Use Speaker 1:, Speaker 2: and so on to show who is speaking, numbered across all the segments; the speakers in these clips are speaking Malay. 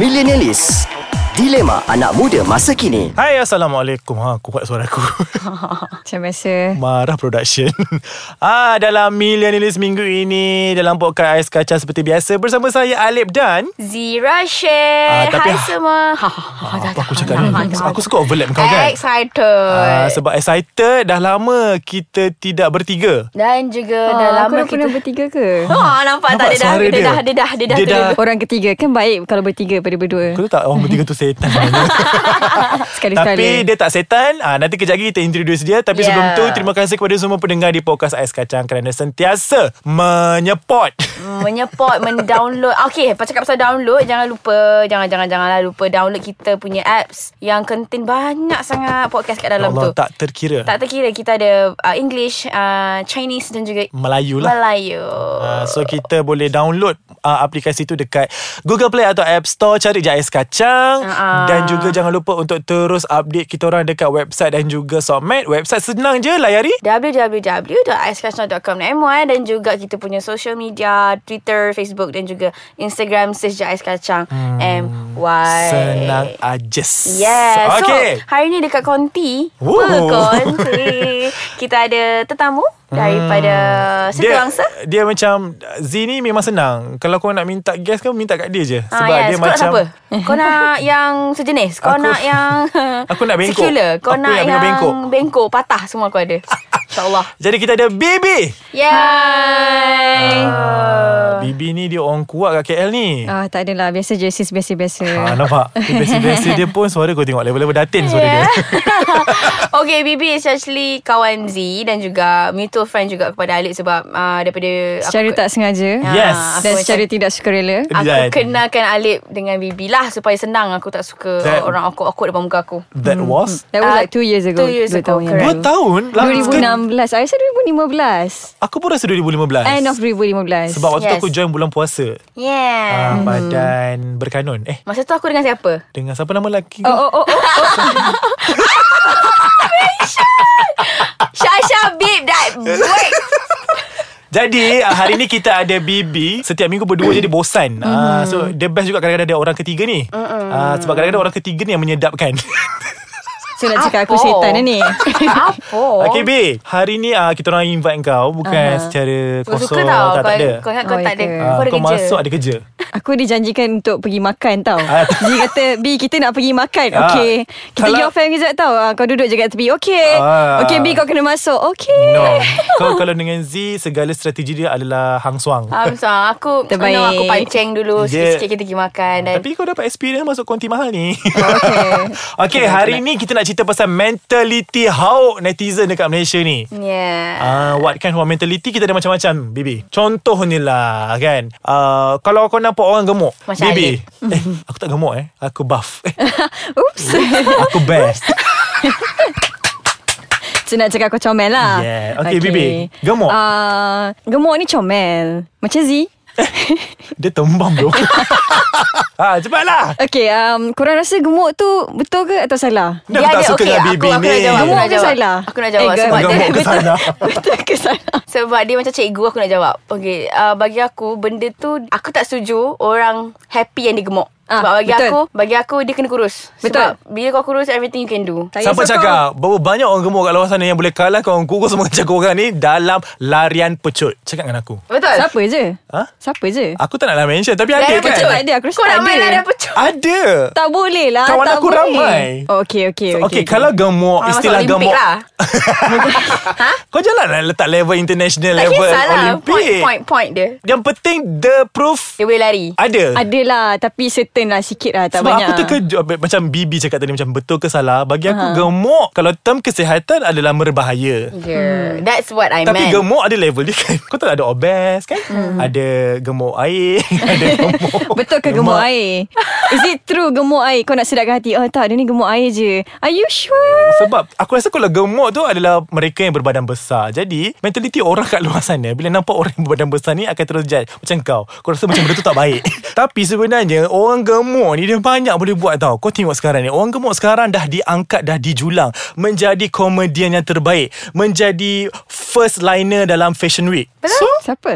Speaker 1: Millenialis Dilema anak muda masa kini
Speaker 2: Hai Assalamualaikum ha, Kuat suara aku
Speaker 3: Macam biasa
Speaker 2: Marah production ah, Dalam Millenialis minggu ini Dalam podcast Ais Kacang seperti biasa Bersama saya Alip dan
Speaker 3: Zira share
Speaker 2: Ah, tapi-
Speaker 3: Hai semua ha,
Speaker 2: ah, Apa aku cakap ni Aku suka overlap kau kan Ah,
Speaker 3: Excited
Speaker 2: Sebab excited Dah lama kita tidak bertiga
Speaker 3: Dan
Speaker 4: Ah,
Speaker 3: juga dah
Speaker 4: aku
Speaker 3: lama
Speaker 4: dah pernah
Speaker 3: kita
Speaker 4: bertiga ke?
Speaker 3: Ha, nampak, tak
Speaker 2: Nampak
Speaker 3: dia dah,
Speaker 2: suara
Speaker 3: dia,
Speaker 2: dia.
Speaker 3: dah dia dah
Speaker 2: Dia
Speaker 3: dia dah
Speaker 2: dah-
Speaker 3: terlebih.
Speaker 4: Orang ketiga Kan baik kalau bertiga Pada berdua
Speaker 2: Kau tahu tak orang bertiga tu setan
Speaker 4: Sekali-sekala
Speaker 2: Tapi dia tak setan ah, Nanti kejap lagi kita introduce dia Tapi yeah.
Speaker 3: Ya.
Speaker 2: sebelum tu Terima kasih kepada semua pendengar Di podcast Ais Kacang Kerana sentiasa Menyepot
Speaker 3: menyepot mendownload. Ah, Okey, pas cakap pasal download, jangan lupa jangan jangan janganlah lupa download kita punya apps yang contain banyak sangat podcast kat
Speaker 2: Ya
Speaker 3: dalam
Speaker 2: Allah
Speaker 3: tu.
Speaker 2: tak terkira
Speaker 3: Tak terkira kita ada uh, English, uh, Chinese dan juga
Speaker 2: Melayu lah
Speaker 3: Melayu.
Speaker 2: Uh, so kita boleh download uh, aplikasi tu dekat Google Play atau App Store cari je Ais Kacang
Speaker 3: Ah.
Speaker 2: dan juga jangan lupa untuk terus update kita orang dekat website dan juga submit website senang je layari
Speaker 3: www.aiskacang.com.my dan juga kita punya social media Twitter, Facebook dan juga Instagram search je Ais Kacang hmm. MY.
Speaker 2: senang aja
Speaker 3: Yes.
Speaker 2: okay.
Speaker 3: So, hari ni dekat konti.
Speaker 2: Woo.
Speaker 3: Apa konti? kita ada tetamu daripada hmm. Setiawangsa.
Speaker 2: dia macam Z ni memang senang Kalau kau nak minta guest kau Minta kat dia je
Speaker 3: Ah,
Speaker 2: Sebab
Speaker 3: yes.
Speaker 2: dia
Speaker 3: Kau nak
Speaker 2: macam
Speaker 3: siapa? Kau nak yang sejenis? Kau
Speaker 2: Aku-
Speaker 3: nak yang
Speaker 2: aku nak bengkok.
Speaker 3: Secular? Kau
Speaker 2: Aku
Speaker 3: nak
Speaker 2: yang
Speaker 3: yang
Speaker 2: bengkok.
Speaker 3: bengkok? Patah semua aku ada. InsyaAllah.
Speaker 2: Jadi kita ada Bibi
Speaker 3: Yay.
Speaker 2: Ah, Bibi ni dia orang kuat kat KL ni
Speaker 4: Ah, tak adalah Biasa je sis Biasa-biasa
Speaker 2: Ah, nampak Biasa-biasa dia pun Suara kau tengok Level-level datin suara dia
Speaker 3: okay, Bibi is actually kawan Z dan juga mutual friend juga kepada Alip sebab uh, daripada
Speaker 4: Secara
Speaker 3: aku,
Speaker 4: tak sengaja
Speaker 3: Ah,
Speaker 2: Yes.
Speaker 3: aku
Speaker 4: Dan
Speaker 3: macam-
Speaker 4: secara tidak sukarela
Speaker 3: Aku
Speaker 2: Dan-
Speaker 3: kenalkan Alip dengan Bibi lah supaya senang aku tak suka
Speaker 2: That-
Speaker 3: orang awkward-awkward depan muka aku.
Speaker 2: That was
Speaker 4: That was
Speaker 3: Ah,
Speaker 4: like 2 years ago
Speaker 3: two years
Speaker 4: Dua
Speaker 3: ago,
Speaker 4: tahun yang
Speaker 2: Dua
Speaker 4: lalu.
Speaker 2: tahun Lama sekali.
Speaker 4: 2016 I rasa 2015
Speaker 2: Aku pun rasa 2015
Speaker 4: End of 2015
Speaker 2: Sebab waktu yes. tu
Speaker 3: Yes. Mm-hmm.
Speaker 2: aku join bulan puasa
Speaker 3: Yeah.
Speaker 2: uh, Badan berkanun Eh
Speaker 3: Masa tu aku dengan siapa?
Speaker 2: dengan siapa nama lelaki
Speaker 4: Oh
Speaker 2: oh.
Speaker 4: oh oh, oh.
Speaker 3: Syasha Bib that break.
Speaker 2: Jadi uh, hari ni kita ada Bibi Setiap minggu berdua jadi bosan uh,
Speaker 3: Mm-hmm.
Speaker 2: So the best juga kadang-kadang ada orang ketiga ni uh, Sebab kadang-kadang orang ketiga ni yang menyedapkan
Speaker 4: So nak cakap aku
Speaker 3: Apa?
Speaker 4: setan dah ni
Speaker 3: Apa?
Speaker 2: Okay Bi Hari ni uh, kita orang invite kau Bukan secara
Speaker 3: Uh-huh. Kau
Speaker 2: kosong
Speaker 3: suka tau
Speaker 2: tak,
Speaker 3: Kau,
Speaker 2: tak ada
Speaker 3: kau ingat kau
Speaker 4: Oh,
Speaker 3: tak ada
Speaker 4: ya ke?
Speaker 2: Ah,
Speaker 3: Kau ada
Speaker 2: Kau
Speaker 3: kerja
Speaker 2: masuk ada kerja
Speaker 4: Aku dijanjikan untuk pergi makan tau
Speaker 2: Ah.
Speaker 4: Dia kata Bi kita nak pergi makan
Speaker 2: Ah.
Speaker 4: Okay Kita
Speaker 2: Kalau-
Speaker 4: pergi off air kejap tau Ah, Kau duduk je kat tepi Okay
Speaker 2: Ah.
Speaker 4: Okay Bi kau kena masuk Okay
Speaker 2: No Kau kalau dengan Z Segala strategi dia adalah Hang Suang
Speaker 3: Faham so Ah, Aku
Speaker 4: Terbaik.
Speaker 3: no, Aku pancing dulu
Speaker 2: Dia-
Speaker 3: Sikit-sikit kita pergi makan dan
Speaker 2: Tapi kau dapat experience Masuk konti mahal
Speaker 3: Oh,
Speaker 2: ni
Speaker 4: Okay
Speaker 2: Okay, hari ni kita nak cerita pasal mentality how netizen dekat Malaysia ni.
Speaker 3: Yeah
Speaker 2: Uh, what kind of mentality kita ada macam-macam Bibi Contohnya lah kan uh, Kalau kau nampak orang gemuk
Speaker 3: Macam
Speaker 2: Bibi eh, Aku tak gemuk eh Aku buff eh,
Speaker 4: Oops
Speaker 2: Aku best
Speaker 4: So nak cakap kau comel lah
Speaker 2: Yeah. Okay, Bibi. Gemuk.
Speaker 4: uh, Gemuk ni comel Macam Z
Speaker 2: Dia tembam bro ha, Cepatlah
Speaker 4: Okay um, Korang rasa gemuk tu Betul ke atau salah?
Speaker 2: Dia aku tak suka dengan Bibi
Speaker 3: aku, aku
Speaker 2: ni
Speaker 3: nak jawab,
Speaker 4: Gemuk
Speaker 3: aku nak
Speaker 4: ke
Speaker 3: jawab.
Speaker 4: salah?
Speaker 3: Aku nak jawab
Speaker 4: Eh,
Speaker 3: sebab
Speaker 4: gemuk.
Speaker 3: dia
Speaker 2: Gemuk ke salah
Speaker 4: betul ke salah?
Speaker 3: Sebab dia macam cikgu aku nak jawab Okay uh, Bagi aku benda tu Aku tak setuju Orang happy yang dia gemuk
Speaker 4: Ah,
Speaker 3: Sebab bagi
Speaker 4: betul.
Speaker 3: aku Bagi aku dia kena kurus
Speaker 4: Betul.
Speaker 3: Sebab bila kau kurus Everything you can do
Speaker 4: Tak
Speaker 2: Siapa
Speaker 4: payah sokong.
Speaker 2: cakap Bahawa banyak orang gemuk kat luar sana Yang boleh kalah kau orang kurus Macam kau orang ni Dalam larian pecut Cakap dengan aku
Speaker 3: Betul
Speaker 4: Siapa je?
Speaker 2: Ha?
Speaker 4: Siapa je?
Speaker 2: Aku tak naklah mention Tapi ada
Speaker 3: Larian
Speaker 2: kan
Speaker 4: pecut tak ada, aku rasa
Speaker 3: Kau
Speaker 4: tak
Speaker 3: nak main
Speaker 4: ada.
Speaker 3: larian pecut
Speaker 2: Ada
Speaker 4: Tak boleh lah
Speaker 2: Kawan
Speaker 4: tak
Speaker 2: aku
Speaker 4: boleh.
Speaker 2: ramai.
Speaker 4: oh,
Speaker 2: Okay,
Speaker 4: Okay okay Okay,
Speaker 2: okay, kalau gemuk
Speaker 3: Orang masuk
Speaker 2: Istilah
Speaker 3: Olimpik
Speaker 2: gemuk
Speaker 3: lah.
Speaker 2: ha? Kau jangan lah letak level international
Speaker 3: Tak
Speaker 2: Level
Speaker 3: kisahlah
Speaker 2: Olimpik
Speaker 3: Point point point dia
Speaker 2: Yang penting The proof
Speaker 3: Dia boleh lari
Speaker 2: Ada,
Speaker 4: Adalah Tapi certain lah Sikit lah Tak
Speaker 2: Sebab
Speaker 4: banyak
Speaker 2: aku terkejut b- Macam Bibi cakap tadi Macam betul ke salah Bagi aku gemuk Kalau term kesihatan Adalah merbahaya
Speaker 4: Hmm.
Speaker 3: Yeah That's what I
Speaker 2: Tapi
Speaker 3: meant
Speaker 2: gemuk ada level dia kan Kau tak ada obes kan
Speaker 3: Hmm.
Speaker 2: Ada gemuk air Ada gemuk
Speaker 4: Betul ke gemuk air? Is it true gemuk air? Kau nak sedapkan hati Oh tak dia ni gemuk air je Are you sure?
Speaker 2: Sebab aku rasa kalau gemuk tu adalah mereka yang berbadan besar. Jadi mentaliti orang kat luar sana bila nampak orang yang berbadan besar ni akan terus judge. Macam kau. Kau rasa macam benda tu tak baik. Tapi sebenarnya orang gemuk ni dia banyak boleh buat tau. Kau tengok sekarang ni. Orang gemuk sekarang dah diangkat, dah dijulang. Menjadi komedian yang terbaik. Menjadi first liner dalam fashion week.
Speaker 4: Betul? Siapa?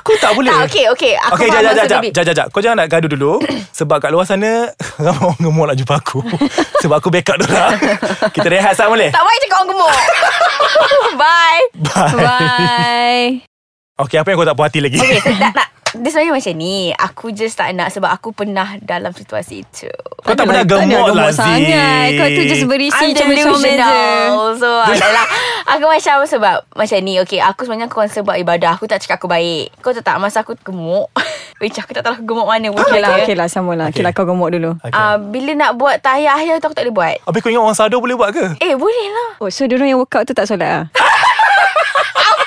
Speaker 2: Aku tak boleh
Speaker 3: Tak, okay, okay. Aku
Speaker 2: okay, jap,
Speaker 3: faham
Speaker 2: jap,
Speaker 3: maksud
Speaker 2: jap,
Speaker 3: Nabi.
Speaker 2: jap, jap, jap. Kau jangan nak gaduh dulu Sebab kat luar sana Ramai orang gemuk nak jumpa aku Sebab aku backup diorang Kita rehat sama boleh?
Speaker 3: Tak baik cakap orang gemuk Bye
Speaker 4: Bye.
Speaker 2: Okay, apa yang kau tak puas hati lagi?
Speaker 3: Okay so, tak, tak Dia sebenarnya macam ni Aku just tak nak Sebab aku pernah Dalam situasi itu
Speaker 2: Kau tak pernah
Speaker 4: Kau ni
Speaker 2: gemuk lah
Speaker 4: sangat.
Speaker 2: Zee
Speaker 4: Kau tu just berisi
Speaker 3: I'm
Speaker 4: comel comel je.
Speaker 3: delusional So adalah Aku macam sebab Macam ni Okay aku sebenarnya Aku concern buat ibadah Aku tak cakap aku baik Kau tahu tak Masa aku gemuk Which aku tak tahu aku gemuk mana pun
Speaker 4: Okay lah,
Speaker 3: sebenarnya.
Speaker 4: okay lah, sama lah.
Speaker 2: Okay.
Speaker 4: Okay. lah, kau gemuk dulu.
Speaker 2: okay.
Speaker 3: Ah, Bila nak buat tahiyah akhir tu Aku tak boleh buat
Speaker 2: Habis kau ingat orang sado boleh buat ke?
Speaker 3: Eh boleh lah
Speaker 4: Oh, so diorang yang workout tu tak solat lah?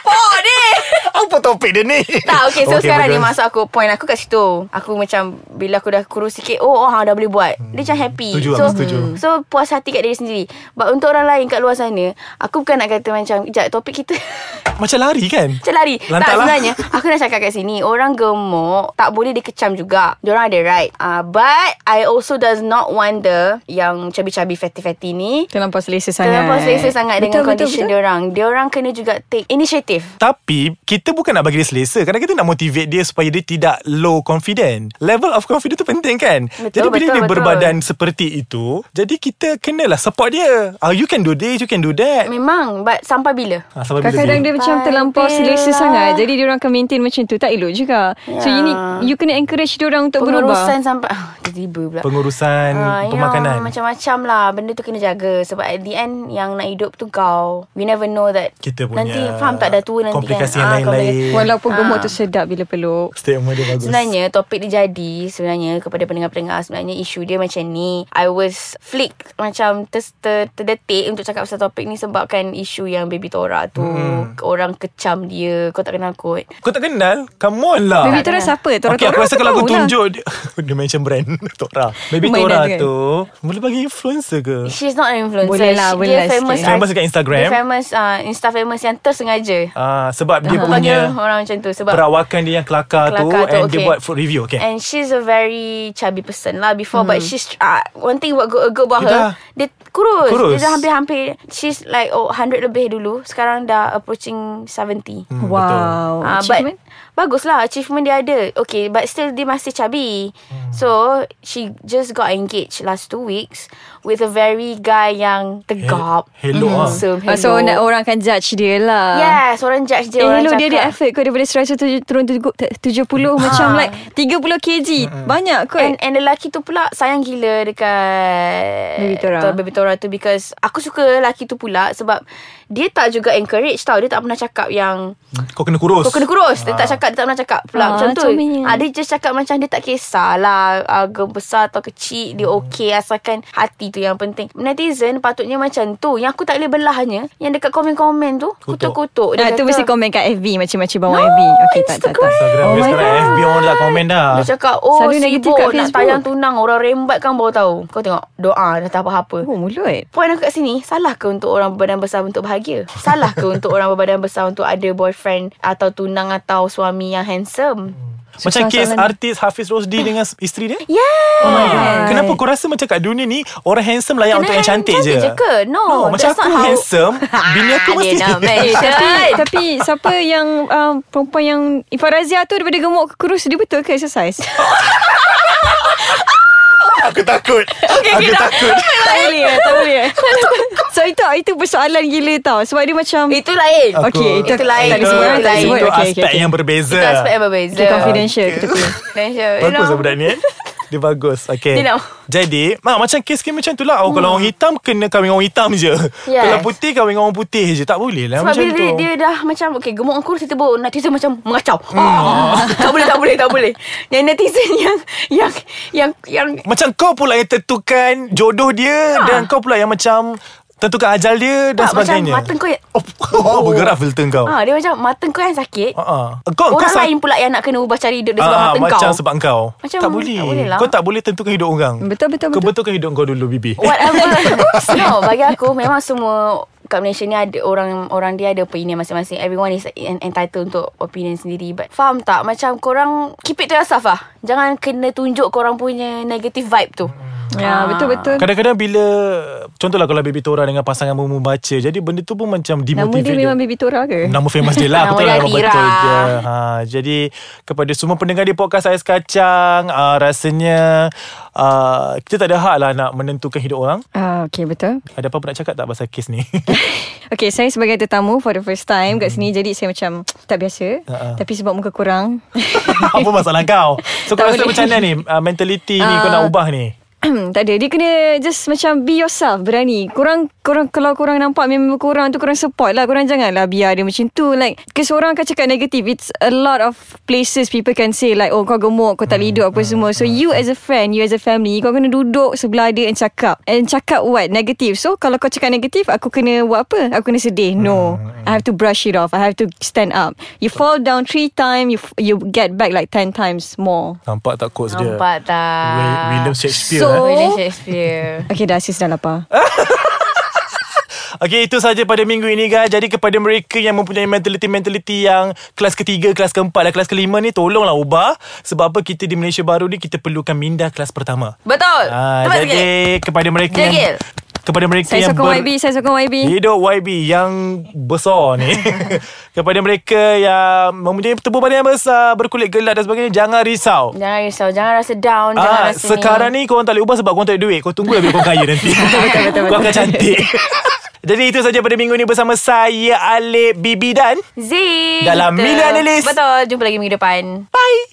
Speaker 3: Oh ni
Speaker 2: Apa topik dia ni?
Speaker 3: Tak okay So
Speaker 2: Okay,
Speaker 3: okay, sekarang ni
Speaker 2: bagus.
Speaker 3: Masuk aku Point aku kat situ Aku macam Bila aku dah kurus sikit Oh oh ha, dah boleh buat Dia macam happy
Speaker 2: Setuju,
Speaker 3: So hmm.
Speaker 2: aku setuju.
Speaker 3: So puas hati kat diri sendiri But untuk orang lain Kat luar sana Aku bukan nak kata macam Sekejap topik kita
Speaker 2: Macam lari kan?
Speaker 3: Macam lari
Speaker 2: Lantak
Speaker 3: Tak
Speaker 2: lah.
Speaker 3: sebenarnya Aku nak cakap kat sini Orang gemuk Tak boleh dikecam juga Diorang ada right uh, But I also does not want the Yang cabi-cabi fatty-fatty ni
Speaker 4: Terlampau selesa sangat.
Speaker 3: Terlampau selesa sangat
Speaker 4: betul,
Speaker 3: Dengan
Speaker 4: betul,
Speaker 3: condition
Speaker 4: betul.
Speaker 3: diorang Diorang kena juga take Initiative
Speaker 2: Tapi kita bukan nak bagi dia selesa Kadang kita nak motivate dia Supaya dia tidak low confident Level of confident tu penting kan
Speaker 3: Betul,
Speaker 2: Jadi bila
Speaker 3: betul,
Speaker 2: dia
Speaker 3: betul.
Speaker 2: berbadan seperti itu Jadi kita kenalah support dia Ah, You can do this You can do that
Speaker 3: Memang But sampai bila
Speaker 2: ah, Sampai bila
Speaker 4: Kadang-kadang
Speaker 2: Zee?
Speaker 4: dia macam
Speaker 3: Sampai
Speaker 4: terlampau
Speaker 3: bila.
Speaker 4: selesa sangat. Jadi diorang akan maintain macam tu. Tak elok juga. So
Speaker 3: lah. Ya.
Speaker 4: you need, you kena encourage diorang untuk berubah.
Speaker 3: Pengurusan sampai ah, Tiba-tiba pula
Speaker 2: Pengurusan
Speaker 3: Ah, you know,
Speaker 2: pemakanan
Speaker 3: Macam-macam lah Benda tu kena jaga Sebab at the end Yang nak hidup tu kau We never know that
Speaker 2: Kita punya
Speaker 3: Nanti faham tak dah tua nanti
Speaker 2: komplikasi yang
Speaker 3: kan Ah,
Speaker 2: lain-lain.
Speaker 3: komplikasi.
Speaker 4: Walaupun gemuk
Speaker 3: Ah.
Speaker 4: tu sedap bila peluk.
Speaker 2: Statement dia bagus
Speaker 3: Sebenarnya topik dia jadi Sebenarnya kepada pendengar-pendengar Sebenarnya isu dia macam ni I was flick Macam ter, ter, terdetik Untuk cakap pasal topik ni Sebabkan isu yang baby Tora tu hmm. Orang kecam dia Kau tak kenal kot
Speaker 2: Kau tak kenal? Come on lah
Speaker 4: Baby Tora siapa? Tora
Speaker 2: okay,
Speaker 4: Tora
Speaker 2: aku rasa
Speaker 4: aku
Speaker 2: kalau aku
Speaker 4: tahu lah.
Speaker 2: tunjuk dia, dia mention brand Tora. Baby Tora
Speaker 4: Permainan tu kan?
Speaker 2: tu boleh bagi influencer ke?
Speaker 3: She's not an influencer
Speaker 4: Boleh lah,
Speaker 3: She-
Speaker 4: boleh
Speaker 3: Dia
Speaker 4: lah
Speaker 3: famous
Speaker 4: sikit.
Speaker 2: Famous dekat Instagram?
Speaker 3: Dia famous uh, Insta famous yang tersengaja
Speaker 2: Ah sebab dia
Speaker 3: Aku
Speaker 2: punya
Speaker 3: panggil orang macam tu sebab
Speaker 2: perawakan dia yang kelakar,
Speaker 3: kelakar
Speaker 2: tu, and dia
Speaker 3: okay.
Speaker 2: buat food review. Okay. Hmm.
Speaker 3: And she's a very chubby person lah before but she's uh, one thing what good, good about
Speaker 2: Dia
Speaker 3: her
Speaker 2: dah-
Speaker 3: dia kurus.
Speaker 2: kurus.
Speaker 3: Dia dah hampir-hampir she's like oh 100 lebih dulu sekarang dah approaching 70. Hmm.
Speaker 2: Hmm,
Speaker 4: Wow.
Speaker 3: Uh, but
Speaker 4: Oh, Achievement?
Speaker 3: bagus lah achievement dia ada Okay but still dia masih chubby
Speaker 2: Hmm.
Speaker 3: So she just got engaged last two weeks With a very guy yang tegap
Speaker 2: Hel- hello ah.
Speaker 3: Handsome
Speaker 4: Ah,
Speaker 3: hello.
Speaker 4: So nak- orang akan judge dia lah.
Speaker 3: Yes orang judge Ya, dia
Speaker 4: Eh,
Speaker 3: orang
Speaker 4: hello, dia ada
Speaker 3: cakap.
Speaker 4: effort kau daripada 100 tu- turun tugu- te-
Speaker 2: Ah.
Speaker 4: 70 macam like 30 kg. Banyak kot.
Speaker 3: And, and lelaki tu pula sayang gila dekat
Speaker 4: Baby Tora.
Speaker 3: tu, Baby Tora tu because aku suka lelaki tu pula sebab dia tak juga encourage tau. Dia tak pernah cakap yang
Speaker 2: Hmm, Kau kena kurus.
Speaker 3: kau kena kurus. Dia tak cakap, dia tak pernah cakap pula
Speaker 4: Ah,
Speaker 3: macam tu.
Speaker 4: comel.
Speaker 3: Ah, dia just cakap macam dia tak kisahlah ah, gem besar atau kecil. Dia okey asalkan hati tu yang penting. Netizen patutnya macam tu. Yang aku tak boleh belahnya yang dekat komen-komen tu
Speaker 2: Kutuk.
Speaker 3: kutuk-kutuk.
Speaker 4: Ah,
Speaker 3: Dia
Speaker 4: tu
Speaker 3: kata-
Speaker 4: mesti komen kat FB Macam-macam bawah FB Okay tak tak tak
Speaker 2: Instagram
Speaker 4: Oh
Speaker 2: oh
Speaker 4: my
Speaker 2: sekarang
Speaker 4: God.
Speaker 2: FB orang dah komen dah.
Speaker 3: Dia cakap Oh
Speaker 4: Selalu
Speaker 3: Selalu
Speaker 4: negatif
Speaker 3: sibuk
Speaker 4: kat
Speaker 3: nak
Speaker 4: Facebook.
Speaker 3: tayang tunang Orang rembat kan baru tahu Kau tengok Doa dah tak apa-apa
Speaker 2: eh?
Speaker 4: Oh mulut
Speaker 3: Poin aku kat sini Salah ke untuk orang berbadan besar Untuk bahagia? Salah ke untuk orang berbadan besar Untuk ada boyfriend Atau tunang Atau suami yang handsome?
Speaker 2: Macam
Speaker 4: Susah
Speaker 2: kes
Speaker 4: soalan ni.
Speaker 2: artis Hafiz Rosdi
Speaker 3: Hmm.
Speaker 2: dengan isteri dia.
Speaker 3: Yeah
Speaker 2: Oh my
Speaker 4: God.
Speaker 2: Kenapa kau rasa macam kat dunia ni Orang handsome layak
Speaker 3: Kena
Speaker 2: untuk yang cantik,
Speaker 3: cantik je ke? No,
Speaker 2: no Macam
Speaker 3: that's
Speaker 2: aku
Speaker 3: not how-
Speaker 2: handsome Bini aku
Speaker 3: Dia
Speaker 2: mesti
Speaker 3: nak main.
Speaker 4: Eh, tapi,
Speaker 3: Kan?
Speaker 4: tapi siapa yang um, Perempuan yang Ifarazia tu daripada gemuk ke kurus Dia betul ke exercise?
Speaker 2: Aku takut Aku takut
Speaker 4: tak boleh eh, Tak boleh eh. So itu itu persoalan gila tau Sebab dia macam
Speaker 3: Itu lain
Speaker 4: Aku- Okay, itu-
Speaker 3: Itu lain
Speaker 4: tak boleh sebut, tak boleh
Speaker 3: Itu
Speaker 4: sebut.
Speaker 2: Itu
Speaker 4: Okay, okay,
Speaker 2: aspek
Speaker 4: okay.
Speaker 2: yang berbeza
Speaker 3: Itu aspek yang berbeza
Speaker 4: Dia confidential kita tu.
Speaker 3: Confidential, you
Speaker 2: ya. Bagus
Speaker 3: know.
Speaker 2: lah budak ni eh. Dia bagus Okay
Speaker 3: Dia nak-
Speaker 2: Jadi mak, Macam kes-kes macam tu lah oh, Kalau orang hitam Kena kahwin orang hitam je
Speaker 3: Yes.
Speaker 2: Kalau putih Kahwin orang putih je Tak boleh lah
Speaker 3: Sebab
Speaker 2: macam
Speaker 3: bila
Speaker 2: tu
Speaker 3: dia, dia dah macam Okay gemuk dengan kurus Tiba-tiba netizen macam Mengacau
Speaker 2: Hmm.
Speaker 3: Ah, Tak boleh tak boleh tak boleh Yang netizen yang Yang Yang yang
Speaker 2: Macam kau pula yang tentukan Jodoh dia
Speaker 3: Ha.
Speaker 2: Dan kau pula yang macam Tentukan ajal dia Dan
Speaker 3: tak, macam
Speaker 2: sebagainya
Speaker 3: mata kau yang
Speaker 2: Oh, oh, bergerak filter kau.
Speaker 3: ha, Dia macam mata kau yang sakit
Speaker 2: Uh-uh. Kau,
Speaker 3: Orang
Speaker 2: sa-
Speaker 3: lain pula yang nak kena ubah cara hidup Dia sebab
Speaker 2: Ah,
Speaker 3: mata
Speaker 2: macam
Speaker 3: kau
Speaker 2: sebab kau
Speaker 3: Macam
Speaker 2: Tak boleh,
Speaker 3: tak boleh lah.
Speaker 2: Kau tak boleh tentukan hidup orang
Speaker 4: Betul, betul,
Speaker 2: Kau
Speaker 4: betul.
Speaker 2: betulkan hidup kau dulu Bibi
Speaker 3: Whatever No bagi aku Memang semua Kat Malaysia ni ada orang orang dia ada opinion masing-masing. Everyone is en- entitled untuk opinion sendiri. But faham tak? Macam korang keep it to yourself lah. Jangan kena tunjuk korang punya negative vibe tu.
Speaker 4: Ya betul betul
Speaker 2: Kadang-kadang bila Contohlah kalau Baby Tora dengan pasangan mu membaca. Jadi benda tu pun macam
Speaker 4: Nama
Speaker 2: demotivate
Speaker 4: dia memang Baby Tora ke?
Speaker 2: Nama famous dia lah Aku
Speaker 3: Nama
Speaker 2: tak
Speaker 3: dia
Speaker 2: nak orang
Speaker 3: Adira.
Speaker 2: betul je ha, Jadi Kepada semua pendengar di podcast Ais Kacang uh, Rasanya uh, Kita tak ada hak lah Nak menentukan hidup orang
Speaker 4: Ah, okay, betul.
Speaker 2: Ada apa-apa nak cakap tak Pasal kes ni
Speaker 4: Okay, saya sebagai tetamu for the first time kat sini. Jadi saya macam tak biasa.
Speaker 2: Ha-ha.
Speaker 4: Tapi sebab muka kurang.
Speaker 2: Apa masalah kau So kau
Speaker 4: Tak
Speaker 2: rasa
Speaker 4: boleh.
Speaker 2: macam mana ni uh, Mentality ni Kau
Speaker 4: Ah.
Speaker 2: nak ubah ni
Speaker 4: tak ada Dia kena just macam Be yourself Berani Korang, korang Kalau korang nampak Member korang tu Korang support lah Korang janganlah Biar dia macam tu Like Kes orang akan cakap negatif It's a lot of places People can say like Oh kau gemuk Kau tak hidup apa semua So you as a friend You as a family Kau kena duduk Sebelah dia and cakap And cakap what Negatif So kalau kau cakap negatif Aku kena buat apa Aku kena sedih No I have to brush it off I have to stand up You fall down three times You you get back like ten times more
Speaker 2: Nampak tak quotes dia
Speaker 3: Nampak tak
Speaker 2: Will- William Shakespeare
Speaker 4: So-
Speaker 2: eh?
Speaker 3: William Shakespeare
Speaker 4: Okay dah sis dah lapar
Speaker 2: Okey itu saja pada minggu ini guys. Jadi kepada mereka yang mempunyai mentality-mentality yang kelas ketiga, kelas keempat dan kelas kelima ni tolonglah ubah sebab apa kita di Malaysia baru ni kita perlukan minda kelas pertama.
Speaker 3: Betul
Speaker 2: Ah,
Speaker 3: Tepat sikit
Speaker 2: jadi kepada mereka yang
Speaker 3: Jegil.
Speaker 2: kepada mereka
Speaker 4: Saya
Speaker 2: yang
Speaker 4: sokong YB Saya sokong YB
Speaker 2: Hidup YB yang besar ni Kepada mereka yang mempunyai tubuh badan yang besar Berkulit gelap dan sebagainya Jangan risau
Speaker 3: Jangan risau Jangan rasa down Jangan
Speaker 2: Ah,
Speaker 3: rasa
Speaker 2: sekarang
Speaker 3: ni
Speaker 2: ni korang tak boleh ubah sebab korang tak ada duit. Kau tunggulah bila korang kaya nanti. betul, betul, betul, Kau akan cantik. Jadi itu saja pada minggu ni bersama saya Alip Bibi dan
Speaker 3: Z
Speaker 2: Dalam
Speaker 3: Kita-
Speaker 2: Million List.
Speaker 3: Betul Jumpa lagi minggu depan
Speaker 2: bye.